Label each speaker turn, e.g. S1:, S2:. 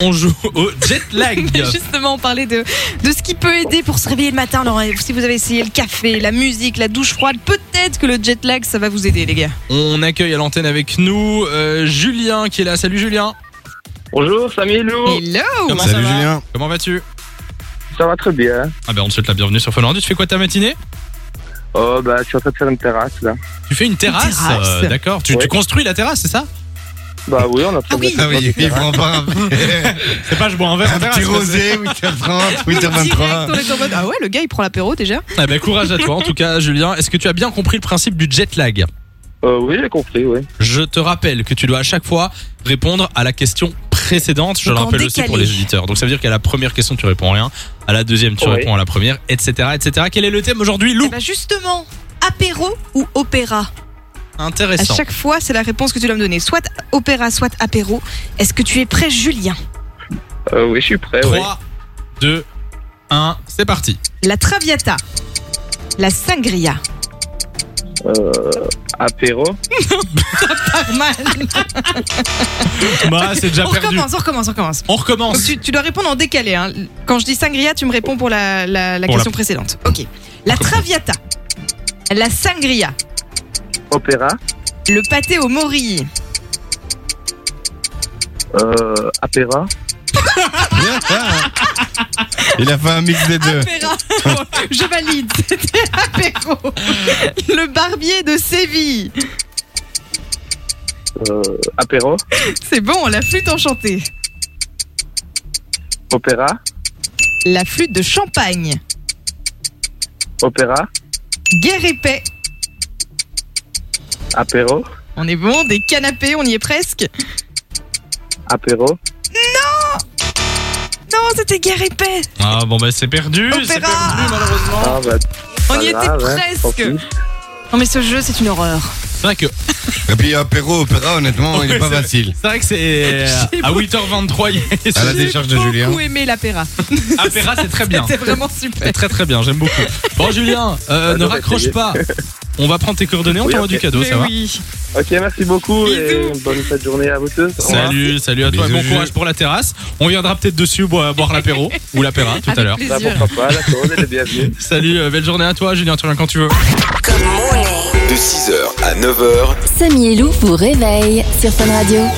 S1: On joue au jet lag.
S2: Mais Justement, on parlait de, de ce qui peut aider pour se réveiller le matin. Alors, euh, si vous avez essayé le café, la musique, la douche froide, peut-être que le jet lag, ça va vous aider, les gars.
S1: On accueille à l'antenne avec nous euh, Julien qui est là. Salut Julien.
S3: Bonjour Samy Lou,
S2: Hello
S1: Comment Oh. ça
S4: Salut
S1: va
S4: Julien.
S1: Comment vas-tu
S3: ça va très bien.
S1: Ah ben on te souhaite la bienvenue sur Fun Radio. Tu fais quoi ta matinée
S3: Oh bah je suis en train de faire une terrasse là.
S1: Tu fais une terrasse.
S2: terrasse.
S1: euh, D'accord. Tu, tu
S3: Ouais.
S1: construis la terrasse, c'est ça
S3: Bah oui on a fait
S2: Ah oui.
S3: une terrasse.
S4: il faut en boire
S1: C'est pas je bois un verre en
S4: un petit
S1: terrasse.
S4: rosé, 8h30,
S2: Direct, on
S4: 8h23.
S2: est en mode, Ah ouais, le gars, il prend l'apéro déjà.
S1: Ah ben courage à toi en tout cas Julien. Est-ce que tu as bien compris le principe du jet lag
S3: Euh, oui j'ai compris, oui.
S1: Je te rappelle que tu dois à chaque fois répondre à la question précédente. Je
S2: Donc
S1: le
S2: en
S1: rappelle aussi pour
S2: décalé.
S1: les auditeurs. Donc ça veut dire qu'à la première question tu réponds rien, à la deuxième tu
S3: Ouais.
S1: réponds à la première, etc., etc. Quel est le thème aujourd'hui,
S2: Eh
S1: Lou
S2: ben, justement, apéro ou opéra À
S1: Intéressant.
S2: chaque fois, c'est la réponse que tu dois me donner. Soit opéra, soit apéro. Est-ce que tu es prêt, Julien
S3: Euh, oui je suis prêt, oui.
S1: 3, 2, 1, c'est parti.
S2: La Traviata. La Sangria.
S3: Euh, apéro,
S2: Pas mal.
S1: Bah, c'est déjà
S2: on
S1: perdu.
S2: recommence, on recommence, on recommence.
S1: On
S2: Donc,
S1: recommence.
S2: tu, tu dois répondre en décalé. hein. Quand je dis sangria, tu me réponds pour la, la- la
S1: Pour
S2: question précédente. Ok. La traviata, la sangria,
S3: opéra,
S2: le pâté au morilles,
S3: euh, apéra,
S4: Bien, ça. Il a fait un mix des
S1: Ah,
S4: deux.
S2: apéra. je valide, c'était apéro. Le barbier de Séville.
S3: euh, apéro,
S2: C'est bon, la flûte enchantée.
S3: opéra,
S2: La flûte de champagne,
S3: opéra,
S2: guerre et paix.
S3: apéro,
S2: On est bon, des canapés, on y est presque.
S3: apéro,
S2: Non, c'était guerre et paix.
S1: Ah bon bah c'est perdu.
S2: Opéra.
S1: c'est perdu, malheureusement.
S3: ah bah
S2: On
S3: pas
S2: y était
S3: grave, hein, tant
S2: presque.
S3: pis.
S2: Non, mais ce jeu, c'est une horreur.
S1: C'est vrai que
S4: Et puis apéro, opéra, honnêtement, il est pas facile.
S1: c'est vrai que c'est
S2: J'ai
S1: à 8h23. il y a-
S4: À la décharge de Julien.
S2: J'ai beaucoup aimé l'apéra.
S1: Apéra c'est très bien.
S2: C'était vraiment super.
S1: C'est très très bien. J'aime beaucoup. Bon Julien, euh,
S3: Ah,
S1: ne
S3: j'aurais
S1: raccroche
S3: essayé.
S1: pas. On va prendre tes coordonnées. On
S3: Oui,
S1: t'envoie
S3: ok.
S1: du cadeau.
S2: Mais
S1: Ça va.
S2: Eh oui.
S3: Ok merci beaucoup et
S2: Bisous.
S3: bonne fin de journée à vous tous. Au revoir.
S1: Salut, salut à toi.
S4: Bisous,
S1: Bon
S4: Jules.
S1: courage pour la terrasse. On viendra peut-être dessus boire, boire l'apéro ou l'apéra tout à
S2: Avec
S1: l'heure.
S3: Bah
S2: plaisir.
S3: pourquoi pas, d'accord, on est les bienvenus.
S1: Salut, euh, belle journée à toi, Julien. Tu reviens quand tu veux.
S5: De 6h à 9h,
S6: Samy et Lou vous réveille sur Fun Radio.